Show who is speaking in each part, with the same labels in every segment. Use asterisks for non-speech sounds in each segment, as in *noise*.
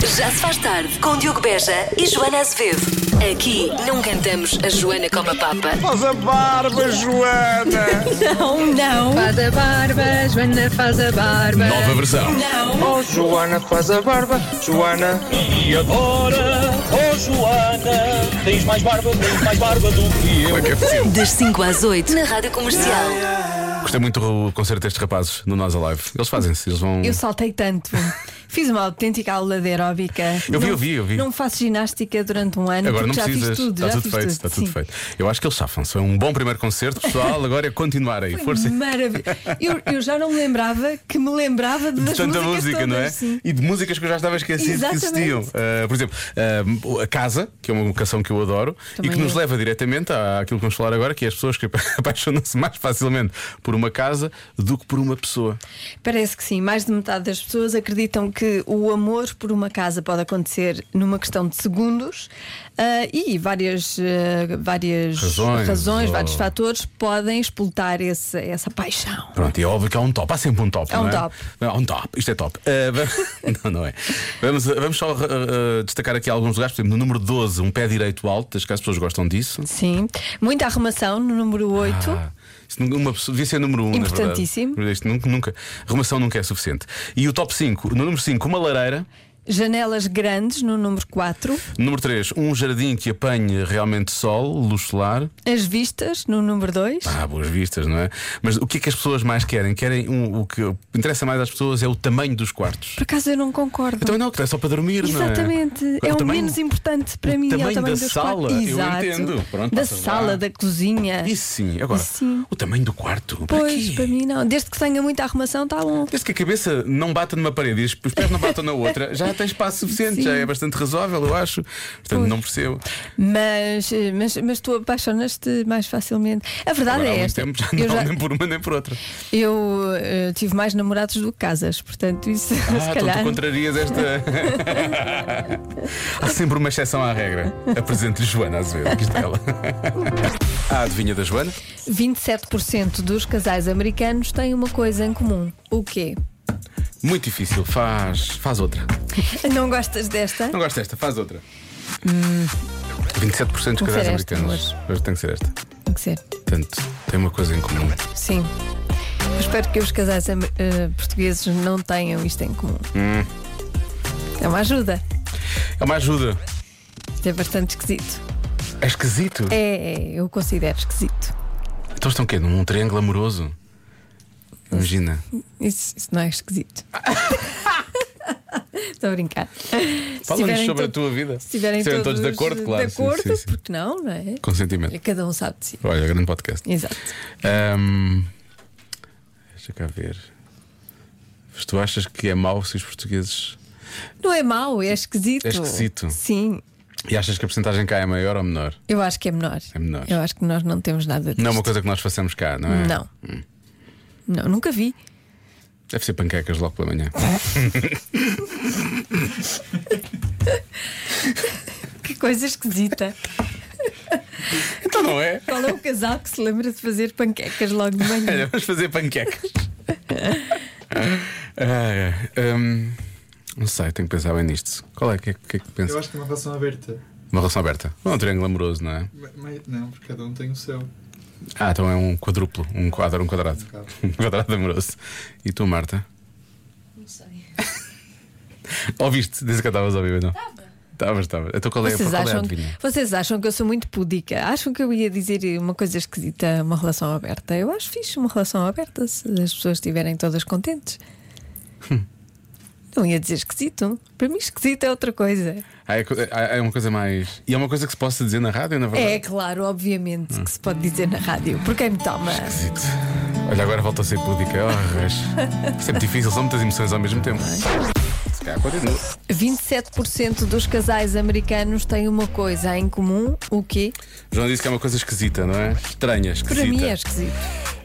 Speaker 1: Já se faz tarde com Diogo Beja e Joana Azevedo. Aqui não cantamos a Joana como a Papa.
Speaker 2: Faz a
Speaker 3: *laughs*
Speaker 2: barba, Joana!
Speaker 3: Não, não,
Speaker 4: Faz a barba, Joana faz a barba.
Speaker 5: Nova versão.
Speaker 3: não.
Speaker 2: Oh, Joana, faz a barba, Joana!
Speaker 6: E agora, oh Joana, tens mais barba, muito mais barba do que
Speaker 5: é
Speaker 6: eu.
Speaker 1: Das 5 às 8 na Rádio Comercial.
Speaker 5: Gostei muito do concerto destes rapazes no Nós Alive. Eles fazem-se, eles vão.
Speaker 3: Eu saltei tanto. Fiz uma autêntica aula de aeróbica.
Speaker 5: Eu vi,
Speaker 3: Não-
Speaker 5: eu vi, eu vi.
Speaker 3: Não faço ginástica durante um ano.
Speaker 5: Agora não
Speaker 3: porque já
Speaker 5: precisas,
Speaker 3: fiz tudo.
Speaker 5: está
Speaker 3: já
Speaker 5: tudo
Speaker 3: fiz
Speaker 5: feito,
Speaker 3: tudo.
Speaker 5: está tudo
Speaker 3: Sim.
Speaker 5: feito. Eu acho que eles safam-se. Foi um bom primeiro concerto, pessoal. Agora é continuar aí.
Speaker 3: Foi
Speaker 5: Força.
Speaker 3: Maravilha. Eu, eu já não me lembrava que me lembrava de
Speaker 5: De
Speaker 3: das
Speaker 5: tanta
Speaker 3: músicas
Speaker 5: música,
Speaker 3: todas,
Speaker 5: não é?
Speaker 3: Sim.
Speaker 5: E de músicas que eu já estava esquecido
Speaker 3: Exatamente.
Speaker 5: que existiam. Ah, por exemplo, ah, A Casa, que é uma canção que eu adoro
Speaker 3: Também é.
Speaker 5: e que nos
Speaker 3: eu.
Speaker 5: leva diretamente à- àquilo que vamos falar agora, que é as pessoas que *laughs* apaixonam-se mais facilmente por uma casa do que por uma pessoa.
Speaker 3: Parece que sim. Mais de metade das pessoas acreditam que o amor por uma casa pode acontecer numa questão de segundos ah, e várias, ah, várias
Speaker 5: Razões,
Speaker 3: razões,
Speaker 5: ou-
Speaker 3: vários fatores podem explotar esse- essa paixão.
Speaker 5: Pronto, e é óbvio que há um top, há sempre um top.
Speaker 3: Há um
Speaker 5: não é?
Speaker 3: top.
Speaker 5: Não, há um top, isto é top. Eh, va- *laughs* não, não é. Vamos, eh, vamos só eh, eh, destacar aqui alguns lugares, por exemplo, no número 12, um pé direito alto, acho que as pessoas gostam disso.
Speaker 3: Sim. Muita arrumação no número 8.
Speaker 5: Ah, isso nunca- uma pessoa- devia ser número 1, um, na verdade.
Speaker 3: Importantíssimo.
Speaker 5: Isto nunca, nunca. Arrumação nunca é suficiente. E o top 5, no número 5, uma lareira.
Speaker 3: Janelas grandes no número 4.
Speaker 5: Número 3, um jardim que apanhe realmente sol, luz solar.
Speaker 3: As vistas no número 2.
Speaker 5: Ah, boas vistas, não é? Mas o que é que as pessoas mais querem? Querem um- o que interessa mais às pessoas é o tamanho dos quartos.
Speaker 3: Por acaso eu não concordo.
Speaker 5: Então não, que é só para dormir, não é?
Speaker 3: Exatamente, é,
Speaker 5: O
Speaker 3: o
Speaker 5: tamanho-
Speaker 3: menos importante para
Speaker 5: o
Speaker 3: mim. é
Speaker 5: tamanho
Speaker 3: o tamanho
Speaker 5: da
Speaker 3: dos
Speaker 5: sala,
Speaker 3: quartos.
Speaker 5: eu
Speaker 3: Exato.
Speaker 5: entendo. Pronto, tá Ah.
Speaker 3: da
Speaker 5: passas lá.
Speaker 3: sala, da cozinha.
Speaker 5: Isso sim, agora.
Speaker 3: Isso sim.
Speaker 5: O tamanho do quarto. para
Speaker 3: Pois,
Speaker 5: quê?
Speaker 3: para mim não. Desde que tenha muita arrumação, está bom.
Speaker 5: Desde que a cabeça não bata numa parede e os os pés não batam na outra, já tem espaço suficiente,
Speaker 3: Sim.
Speaker 5: já é bastante razoável, eu acho. Portanto, não percebo.
Speaker 3: Mas, eh, mas, mas tu apaixonas-te mais facilmente. A verdade
Speaker 5: Agora, há
Speaker 3: é
Speaker 5: muito
Speaker 3: esta.
Speaker 5: tempo já
Speaker 3: eu
Speaker 5: não,
Speaker 3: já-
Speaker 5: nem por uma nem por
Speaker 3: *laughs*
Speaker 5: outra.
Speaker 3: eu, eh, tive mais namorados do que casas, portanto, isso
Speaker 5: Ah,
Speaker 3: *laughs* se
Speaker 5: então tu
Speaker 3: calhar.
Speaker 5: contrarias
Speaker 3: *laughs*
Speaker 5: esta. Há sempre uma exceção à regra. Apresente-lhe Joana às vezes, aqui está é *laughs* ela. A Ah, adivinha da Joana?
Speaker 3: 27% dos casais americanos têm uma coisa em comum. O quê?
Speaker 5: Muito difícil, faz, faz outra.
Speaker 3: Não gostas desta?
Speaker 5: Não gosto desta, faz outra. Hum. 27% dos
Speaker 3: Vou
Speaker 5: casais
Speaker 3: ser esta
Speaker 5: americanos. Hoje tem que ser esta.
Speaker 3: Tem que ser.
Speaker 5: Portanto, tem uma coisa em comum.
Speaker 3: Sim. Eu espero que os casais am- eh, portugueses não tenham isto em comum.
Speaker 5: Hum.
Speaker 3: É uma ajuda.
Speaker 5: É uma ajuda.
Speaker 3: Isto é bastante esquisito.
Speaker 5: É esquisito.
Speaker 3: É, é, eu considero esquisito.
Speaker 5: Então estão o quê? Num triângulo amoroso? Imagina.
Speaker 3: Isso, isso não é *laughs* esquisito. Estou a brincar. Se
Speaker 5: Fala-nos
Speaker 3: tiverem
Speaker 5: sobre a
Speaker 3: to-
Speaker 5: tua vida.
Speaker 3: Se estiverem
Speaker 5: Serem
Speaker 3: todos,
Speaker 5: todos de acordo, claro.
Speaker 3: De
Speaker 5: sim,
Speaker 3: acordo,
Speaker 5: sim, sim.
Speaker 3: porque não, não é?
Speaker 5: Consentimento.
Speaker 3: Cada um sabe de si.
Speaker 5: Olha, grande podcast.
Speaker 3: Exato.
Speaker 5: Ahm, deixa cá ver. Mas tu achas que é mau se os portugueses.
Speaker 3: Não é mau, é esquisito.
Speaker 5: É esquisito.
Speaker 3: Sim,
Speaker 5: E achas que a porcentagem cá é maior ou menor?
Speaker 3: eu acho que é menor.
Speaker 5: É menor.
Speaker 3: Eu acho que nós não temos nada disso.
Speaker 5: Não é uma coisa que nós façamos cá, não é?
Speaker 3: Não. Não, nunca vi.
Speaker 5: Deve ser panquecas logo pela
Speaker 3: *laughs*
Speaker 5: manhã.
Speaker 3: Que coisa esquisita.
Speaker 5: então não é?
Speaker 3: Qual é o casal que se lembra de fazer panquecas logo de
Speaker 5: Olha,
Speaker 3: manhã?
Speaker 5: vamos fazer *laughs* panquecas. Ai, ai. Ahm, Ah, é. Hum, não sei, tenho que pensar bem nisto. Qual é? O que é que, é que pensas?
Speaker 7: Eu acho que é uma relação aberta.
Speaker 5: Uma relação aberta. Não é um triângulo amoroso, não é?
Speaker 7: Ma- Mas, não, porque cada um tem o seu.
Speaker 5: Ah, então é um quadruplo, um quadro, um quadrado. *laughs* Um quadrado amoroso. E tu, Marta? Não sei. *laughs* Ouviste? Dizem que estavas a ouvir, não? Estavas, estavas. Então qual é,
Speaker 3: Vocês
Speaker 5: qual é a
Speaker 3: acham,
Speaker 5: adivinha?
Speaker 3: vocês acham que eu sou muito pudica? Acham que eu ia dizer uma coisa esquisita, uma relação aberta? Eu acho fixe uma relação aberta se as pessoas estiverem
Speaker 5: *laughs*
Speaker 3: todas contentes. Não ia dizer esquisito. Para mim, esquisito é outra coisa.
Speaker 5: Ah, é, co- é- é uma coisa mais. E é uma coisa que se possa dizer na rádio, na verdade? Hum.
Speaker 3: É claro, obviamente, que se pode dizer na rádio. Por quem me toma?
Speaker 5: Esquisito. Olha, agora volta a ser púdica. Oh, res. Sempre difícil, são muitas emoções ao mesmo tempo. Se calhar continua.
Speaker 3: 27% dos casais americanos têm uma coisa em comum. O quê?
Speaker 5: João disse que é uma coisa esquisita, não é? Estranha, esquisita.
Speaker 3: Para mim é esquisito.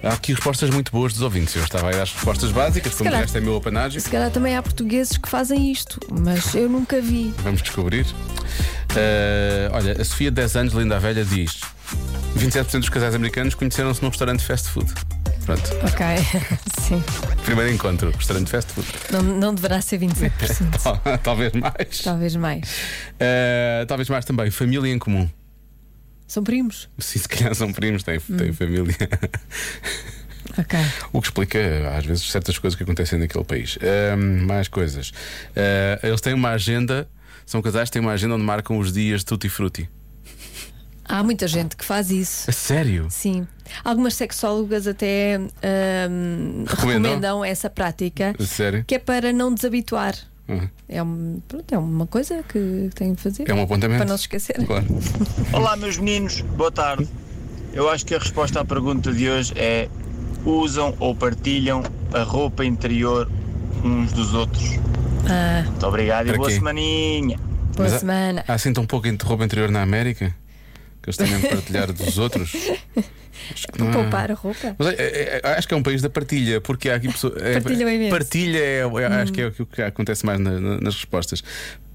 Speaker 5: Há aqui respostas muito boas dos ouvintes. Eu estava a ir às respostas básicas, como
Speaker 3: calhar-
Speaker 5: este é meu apanágio.
Speaker 3: Se calhar também há portugueses que fazem isto, mas eu nunca vi.
Speaker 5: Vamos descobrir. Eh, olha, a Sofia, de 10 anos, linda a velha, diz: 27% dos casais americanos conheceram-se num restaurante fast food. Pronto.
Speaker 3: Ok, *laughs* sim.
Speaker 5: Primeiro encontro, restaurante fast food. *laughs*
Speaker 3: Não, não deverá ser 25%.
Speaker 5: Tal- Talvez mais.
Speaker 3: Talvez mais.
Speaker 5: Eh, talvez mais também, família em comum.
Speaker 3: São primos?
Speaker 5: Sim, se calhar são primos, têm,
Speaker 3: Hum.
Speaker 5: têm família. *laughs*
Speaker 3: Ok.
Speaker 5: O que explica, às vezes, certas coisas que acontecem naquele país. Ahm, mais coisas. Ah, eles têm uma agenda, são casais que têm uma agenda onde marcam os dias de tutti frutti.
Speaker 3: Há muita gente que faz isso.
Speaker 5: A sério?
Speaker 3: Sim. Algumas sexólogas até hum,
Speaker 5: Recomendam?
Speaker 3: recomendam essa prática,
Speaker 5: A sério?
Speaker 3: que é para não desabituar.
Speaker 5: Uhum.
Speaker 3: É, um- pronto, é uma coisa que tem de fazer.
Speaker 5: É um apontamento.
Speaker 3: Para não se esquecer.
Speaker 5: Claro.
Speaker 8: Olá, meus meninos, boa tarde. Eu acho que a resposta à pergunta de hoje é: usam ou partilham a roupa interior uns dos outros?
Speaker 3: Ah,
Speaker 8: Muito obrigado
Speaker 5: Para
Speaker 8: e boa
Speaker 5: quê?
Speaker 8: semaninha.
Speaker 3: boa
Speaker 5: Mas há-
Speaker 3: semana.
Speaker 5: Há assim tão pouco inter- roupa interior na América que eles têm mesmo de partilhar dos outros. Acho que não há-
Speaker 3: Poupar a roupa?
Speaker 5: Mas, é, é, é, acho que é um país da partilha, porque há aqui pessoas. é,
Speaker 3: Partilham imenso. Hum.
Speaker 5: Partilha é, é, acho que é o que acontece mais na- na- nas respostas.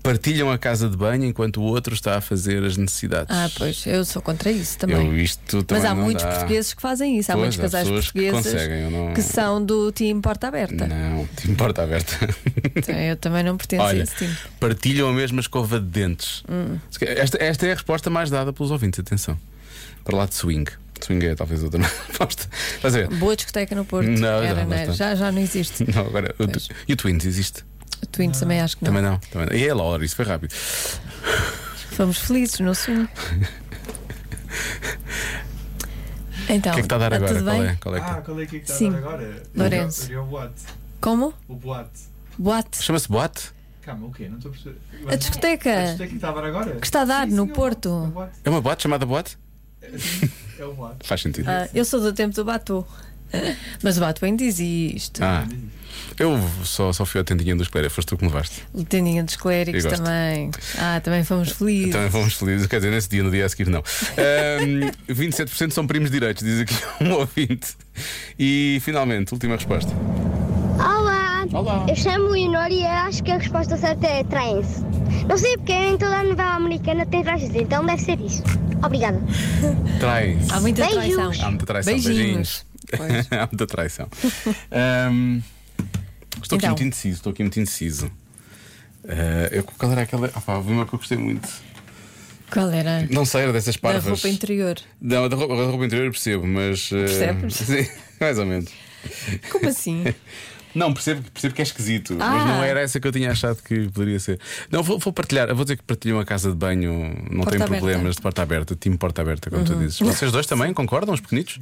Speaker 5: Partilham a casa de banho enquanto o outro está a fazer as necessidades.
Speaker 3: Ah, pois, eu sou contra isso também.
Speaker 5: Eu isto também
Speaker 3: Mas há
Speaker 5: não
Speaker 3: muitos
Speaker 5: dá.
Speaker 3: portugueses que fazem isso. Há
Speaker 5: Pois,
Speaker 3: muitos
Speaker 5: há
Speaker 3: casais
Speaker 5: pessoas que
Speaker 3: portugueses
Speaker 5: conseguem, eu não- é?
Speaker 3: que são do time porta aberta.
Speaker 5: Não, *laughs* time porta aberta.
Speaker 3: Então, Eu também não pertenço a
Speaker 5: Olha,
Speaker 3: esse time.
Speaker 5: partilham a mesma escova de dentes.
Speaker 3: Hum.
Speaker 5: Se calhar- Esta, esta é a resposta mais dada pelos ouvintes, atenção. Para lá de swing. Swing é talvez outra *laughs* resposta. Estás a ver?
Speaker 3: Boa discoteca no Porto.
Speaker 5: Não,
Speaker 3: Era,
Speaker 5: já
Speaker 3: né?
Speaker 5: bastante.
Speaker 3: já, já não existe.
Speaker 5: Não, agora, o
Speaker 3: Pois.
Speaker 5: tu- e o Twins existe?
Speaker 3: O Twins também acho que não.
Speaker 5: Também não. Também não. E é Laura, isso foi rápido.
Speaker 3: Fomos felizes no
Speaker 5: *laughs*
Speaker 3: sonho. Então,
Speaker 5: o que é que está a dar agora?
Speaker 3: tudo
Speaker 5: Qual
Speaker 3: bem?
Speaker 5: é, qual é que
Speaker 7: Ah,
Speaker 5: está?
Speaker 7: qual é que é que
Speaker 3: Sim.
Speaker 7: está a dar agora?
Speaker 3: Lourenço.
Speaker 7: Seria o boate.
Speaker 3: Como?
Speaker 7: O boate.
Speaker 3: Boate.
Speaker 5: Chama-se boate?
Speaker 7: Calma, o quê? Não estou a perceber.
Speaker 3: A discoteca.
Speaker 7: A discoteca que está a dar agora?
Speaker 3: Que está a dar
Speaker 7: Sim,
Speaker 3: no
Speaker 7: sim, é o
Speaker 3: Porto.
Speaker 7: boate, é o boate.
Speaker 5: É uma boate chamada boate?
Speaker 7: É o boate.
Speaker 5: Faz sentido.
Speaker 3: Ah, eu sou do tempo do Batu. Mas o Batu ainda existe.
Speaker 5: Ah, eu só, só fui ao tendinha dos Pereira, foste tu que me levaste.
Speaker 3: O Tendinha dos Clérigos
Speaker 5: Eu gosto. Então,
Speaker 3: também. Ah, também fomos felizes.
Speaker 5: Também fomos felizes, quer dizer, nesse dia, no dia a seguir, não. Ahm, *laughs* 27% são primos direitos, diz aqui um *laughs* ouvinte. E finalmente, última resposta.
Speaker 9: Olá!
Speaker 5: Olá.
Speaker 9: Eu chamo o Inor e acho que a resposta certa é traem-se. Não sei porque em toda a novela americana tem trajes, então deve ser isso. Obrigada.
Speaker 5: Traem.
Speaker 3: Há muita
Speaker 9: Beijos.
Speaker 3: traição.
Speaker 5: Há muita traição.
Speaker 3: Ah. Beijinhos. Pois.
Speaker 5: *laughs* Há muita traição. Ahm, estou aqui
Speaker 3: Então.
Speaker 5: muito indeciso, estou aqui muito indeciso. Ah, eu, qual era aquela. Ah, pá, havia uma que eu gostei muito.
Speaker 3: Qual era?
Speaker 5: Não sei, era dessas
Speaker 3: Da
Speaker 5: parvas.
Speaker 3: roupa interior.
Speaker 5: Não, da roupa, da roupa interior eu percebo, mas. eh,
Speaker 3: Percebes?
Speaker 5: *laughs* Sim, mais ou menos. *laughs*
Speaker 3: Como assim?
Speaker 5: Não, percebo, percebo que é esquisito, mas
Speaker 3: Ah.
Speaker 5: não era essa que eu tinha achado que poderia ser. Não, vou, vou partilhar, eu vou dizer que partilham a casa de banho, não
Speaker 3: Porta
Speaker 5: tem
Speaker 3: aberta. Uhum.
Speaker 5: problemas, de porta aberta, time porta aberta, como tu dizes. Vocês dois também concordam, os pequenitos?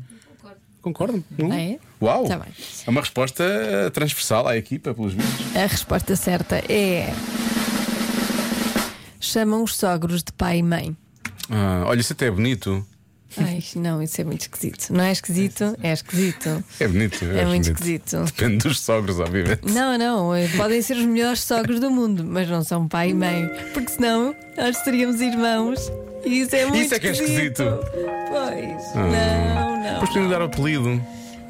Speaker 5: Concordam? Não?
Speaker 3: Ah, é?
Speaker 5: Uau!
Speaker 3: Tá bem.
Speaker 5: É uma resposta eh, transversal à equipa, pelos vistos.
Speaker 3: A resposta certa é. Chamam os sogros de pai e mãe.
Speaker 5: Ah, olha, isso até é bonito.
Speaker 3: Ai, não, isso é muito esquisito. Não é esquisito? É esquisito.
Speaker 5: É bonito. eu
Speaker 3: É
Speaker 5: acho
Speaker 3: muito esquisito.
Speaker 5: Depende dos sogros, obviamente.
Speaker 3: Não, não, eh, podem ser os melhores sogros do mundo, mas não são pai e mãe, porque senão nós seríamos irmãos. E isso é muito
Speaker 5: é que é esquisito. Ah.
Speaker 3: Pois, não, não.
Speaker 5: Depois podemos dar o apelido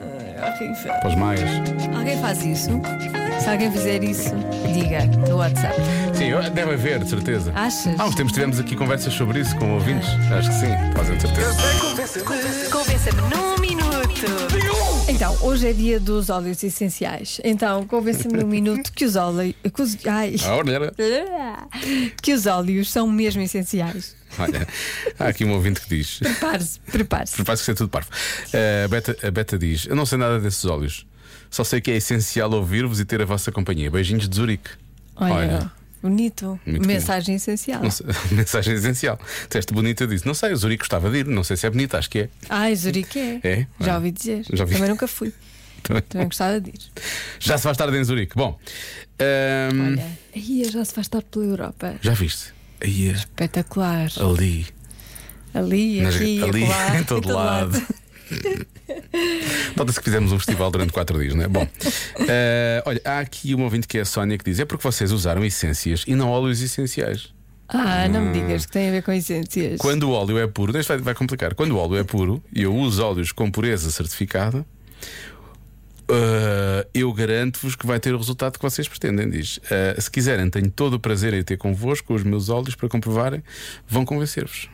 Speaker 3: É horrível.
Speaker 5: para os maias.
Speaker 3: Alguém faz isso? Se alguém fizer isso, diga no WhatsApp.
Speaker 5: Sim, eu- deve haver, de certeza.
Speaker 3: Achas?
Speaker 5: Há uns tempos tivemos aqui conversas sobre isso com ouvintes. Acho que sim, quase de certeza.
Speaker 1: Convença-me num minuto.
Speaker 3: Então, hoje é dia dos óleos essenciais. Então, convença-me num minuto que os óleos. Que os, ai.
Speaker 5: Ah, olha, olha. Ah.
Speaker 3: *laughs* Que os óleos são mesmo essenciais.
Speaker 5: Olha, há aqui um ouvinte que diz.
Speaker 3: Prepare-se, prepare-se.
Speaker 5: Parece que isso é tudo parvo. Eh, a, Beta, a Beta diz: Eu não sei nada desses olhos. Só sei que é essencial ouvir-vos e ter a vossa companhia. Beijinhos de Zurique.
Speaker 3: Olha, bonito.
Speaker 5: Muito
Speaker 3: Mensagem essencial.
Speaker 5: Não sei- *laughs* mensagem essencial. Teste bonita eu disse: Não sei, o Zurique gostava de ir. Não sei se é bonita, acho que
Speaker 3: *laughs*
Speaker 5: é.
Speaker 3: Ai, Zurique é.
Speaker 5: É?
Speaker 3: Já
Speaker 5: Ah.
Speaker 3: ouvi dizer.
Speaker 5: Já ouvi.
Speaker 3: Também nunca fui. Também gostava de ir.
Speaker 5: Já se faz tarde em Zurique. Bom, ehm,
Speaker 3: Olha, aí já se faz estar pela Europa.
Speaker 5: já viste? Aí é
Speaker 3: Espetacular.
Speaker 5: ali.
Speaker 3: Ali,
Speaker 5: Nas-
Speaker 3: aqui,
Speaker 5: ali,
Speaker 3: acolá,
Speaker 5: *laughs* em todo lado. Nota-se que fizemos um festival durante quatro dias, não é? Bom, eh, olha, há aqui um ouvinte que é a Sónia que diz: É porque vocês usaram essências e não óleos essenciais.
Speaker 3: Ah, não me digas que tem a ver com essências.
Speaker 5: Hum. Quando o óleo é puro, isto vai, vai complicar. Quando o óleo é puro e eu uso óleos com pureza certificada, eh, eu garanto-vos que vai ter o resultado que vocês pretendem. Diz: Eh, Se quiserem, tenho todo o prazer em ter convosco os meus óleos para comprovarem, vão convencer-vos.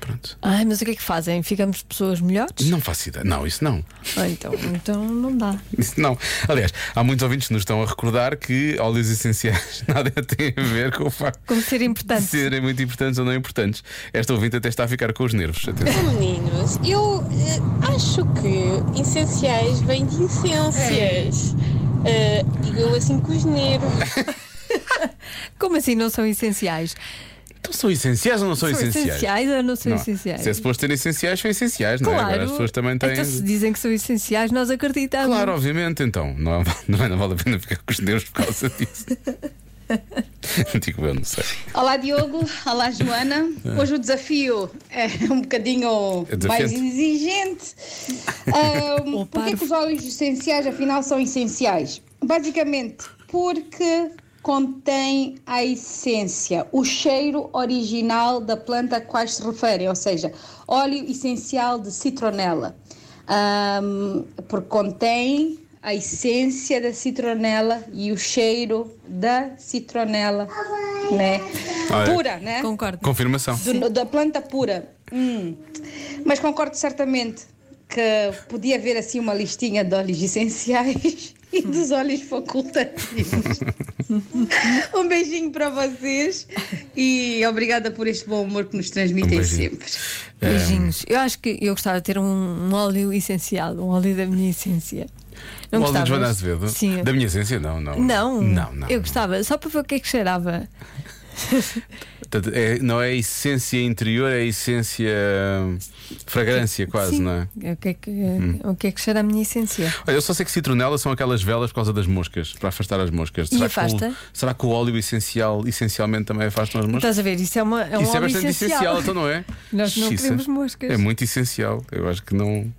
Speaker 5: Pronto.
Speaker 3: Ai, mas o que é que fazem? Ficamos pessoas melhores?
Speaker 5: Não faço ideia. Não, isso não.
Speaker 3: Ah, então, então não dá.
Speaker 5: Isso não. Aliás, há muitos ouvintes que nos estão a recordar que óleos essenciais *laughs* nada tem a ver com o facto
Speaker 3: Como ser
Speaker 5: de
Speaker 3: importante.
Speaker 5: serem muito importantes ou não importantes. Esta ouvinte até está a ficar com os nervos. Atenção.
Speaker 10: Meninos, eu eh, acho que essenciais vem de essências. Eh, E eu assim com os nervos.
Speaker 3: Como assim não são essenciais?
Speaker 5: *laughs* Então são essenciais ou não são,
Speaker 3: ou não são
Speaker 5: Não.
Speaker 3: essenciais?
Speaker 5: Se é suposto ter essenciais, são essenciais, não é?
Speaker 3: Claro.
Speaker 5: Agora as pessoas também têm.
Speaker 3: Então se dizem que são essenciais, nós acreditamos.
Speaker 5: Claro, obviamente, então. Não, *laughs* não, não vale a pena ficar com os nervos por causa
Speaker 3: *laughs*
Speaker 5: disso. Digo eu, não sei.
Speaker 10: Olá Diogo, olá Joana. Hoje o desafio é um bocadinho
Speaker 5: É desafiante.
Speaker 10: mais
Speaker 5: *laughs*
Speaker 10: exigente. Ahm,
Speaker 3: O
Speaker 10: Porquê
Speaker 3: parvo.
Speaker 10: que os óleos essenciais afinal são essenciais? Basicamente, porque contém a essência, o cheiro original da planta a quais se referem, ou seja, óleo essencial de citronela, Ahm, porque contém a essência da citronela e o cheiro da citronela, né?
Speaker 5: Olha.
Speaker 10: Pura, né?
Speaker 3: Concordo.
Speaker 5: Confirmação.
Speaker 10: Do- da planta pura. Hum. Mas concordo certamente que podia haver assim uma listinha de óleos essenciais *laughs* e dos óleos facultativos. *laughs* um beijinho para vocês e obrigada por este bom humor que nos transmitem
Speaker 5: beijinho.
Speaker 10: sempre.
Speaker 3: Beijinhos. Eu acho que eu gostava de ter um, um óleo essencial, um óleo da minha essência. Não
Speaker 5: o Um óleo de
Speaker 3: gostavas?
Speaker 5: Joana Azevedo.
Speaker 3: Sim.
Speaker 5: Da minha essência, não, não.
Speaker 3: Não,
Speaker 5: Não, não.
Speaker 3: Eu gostava, só para ver o que é que cheirava.
Speaker 5: Portanto, é- não é a essência interior, é a essência. hum, fragrância, quase,
Speaker 3: Sim.
Speaker 5: não é? Uhum.
Speaker 3: O que é que, o que é que cheira a minha essência?
Speaker 5: Olha, eu só sei que citronela são aquelas velas por causa das moscas, para afastar as moscas.
Speaker 3: E
Speaker 5: que o,
Speaker 3: afasta?
Speaker 5: será que o óleo essencial, essencialmente, também afasta as moscas?
Speaker 3: Estás a ver? Isso é, uma, é um
Speaker 5: Isso é
Speaker 3: óleo
Speaker 5: bastante essencial. então não é?
Speaker 3: *laughs* Nós não
Speaker 5: Xiça.
Speaker 3: queremos moscas.
Speaker 5: É muito essencial. Eu acho que não.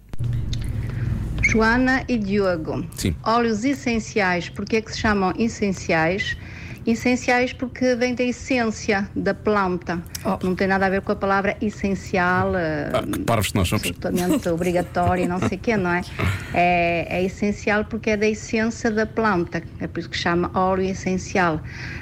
Speaker 10: Joana e Diogo.
Speaker 5: Sim.
Speaker 10: Óleos essenciais, porque é que se chamam essenciais? Essenciais porque vem da essência da planta.
Speaker 3: Oh.
Speaker 10: Não tem nada a ver com a palavra essencial. eh,
Speaker 5: Ah, que parvos que nós somos.
Speaker 10: absolutamente obrigatório, não sei o quê, não é? é? é essencial porque é da essência da planta, é por isso que chama óleo essencial.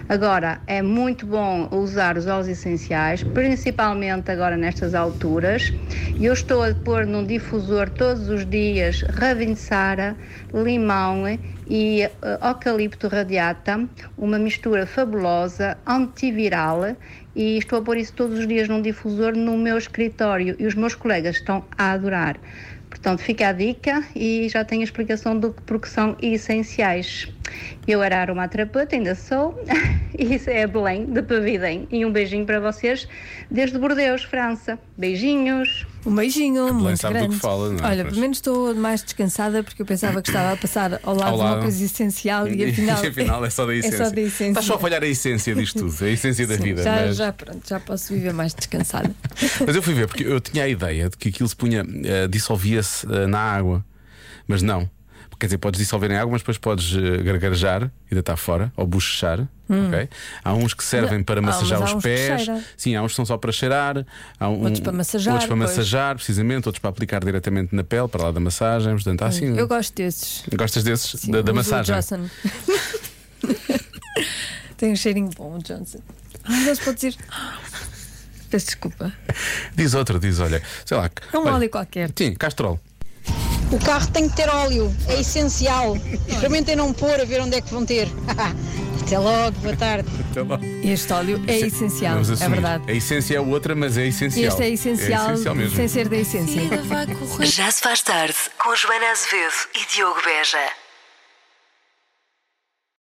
Speaker 10: Agora, é muito bom usar os óleos essenciais, principalmente agora nestas alturas. E Eu estou a pôr num difusor todos os dias ravinçara, limão e eh, eucalipto radiata, uma mistura fabulosa, antiviral e estou a pôr isso todos os dias num difusor no meu escritório e os meus colegas estão a adorar. Portanto, fica a dica e já tenho a explicação do que porque são essenciais. Eu era aromaterapeuta, ainda sou, *laughs* e isso é a Belém, de Pavidem. E um beijinho para vocês desde Bordeus, França. Beijinhos!
Speaker 3: Um beijinho, muito
Speaker 5: sabe do
Speaker 3: grande.
Speaker 5: que fala, não é?
Speaker 3: Olha,
Speaker 5: Pois.
Speaker 3: pelo menos estou mais descansada porque eu pensava que estava a passar ao lado
Speaker 5: Ao
Speaker 3: de uma
Speaker 5: lado.
Speaker 3: coisa essencial e
Speaker 5: *laughs*
Speaker 3: afinal,
Speaker 5: é só da essência.
Speaker 3: É só da essência.
Speaker 5: Estás só a falhar a essência disto tudo, a essência da
Speaker 3: Sim,
Speaker 5: vida.
Speaker 3: já,
Speaker 5: mas...
Speaker 3: já, pronto, já posso viver mais descansada.
Speaker 5: mas eu fui ver, porque eu tinha a ideia de que aquilo se punha, eh, dissolvia-se eh, na água, mas não. Quer dizer, podes dissolver em água, mas depois podes eh, gargarejar, ainda está fora, ou bochechar. ok? Há uns que servem
Speaker 3: Hum. Não,
Speaker 5: para
Speaker 3: ah, mas
Speaker 5: massajar
Speaker 3: há
Speaker 5: os
Speaker 3: uns que
Speaker 5: pés,
Speaker 3: cheira.
Speaker 5: sim, há uns que são só para cheirar, há um-
Speaker 3: Outros para massajar,
Speaker 5: outros para
Speaker 3: pois.
Speaker 5: massajar, precisamente, outros para aplicar diretamente na pele, para lá da massagem. Portanto, há assim.
Speaker 3: Hum, Eu gosto desses.
Speaker 5: Gostas desses?
Speaker 3: Sim,
Speaker 5: da da
Speaker 3: uso o
Speaker 5: massagem?
Speaker 3: Johnson. *laughs* Tem um cheirinho bom, o Johnson. Ai, mas pode dizer. Peço desculpa.
Speaker 5: Diz outro, diz, olha, sei lá.
Speaker 3: É um
Speaker 5: olha,
Speaker 3: óleo qualquer.
Speaker 5: Sim, Castrol.
Speaker 10: O carro tem que ter óleo, é essencial. Experimentem não pôr a ver onde é que vão ter. *laughs* Até logo, boa tarde.
Speaker 5: Até lá.
Speaker 3: Este óleo é
Speaker 5: Sim,
Speaker 3: essencial,
Speaker 5: vamos
Speaker 3: é
Speaker 5: assumir.
Speaker 3: verdade.
Speaker 5: A essência é outra, mas é essencial.
Speaker 3: Este é essencial,
Speaker 5: É essencial mesmo.
Speaker 3: sem ser da essência.
Speaker 1: Já se faz tarde com Joana Azevedo e Diogo Beja.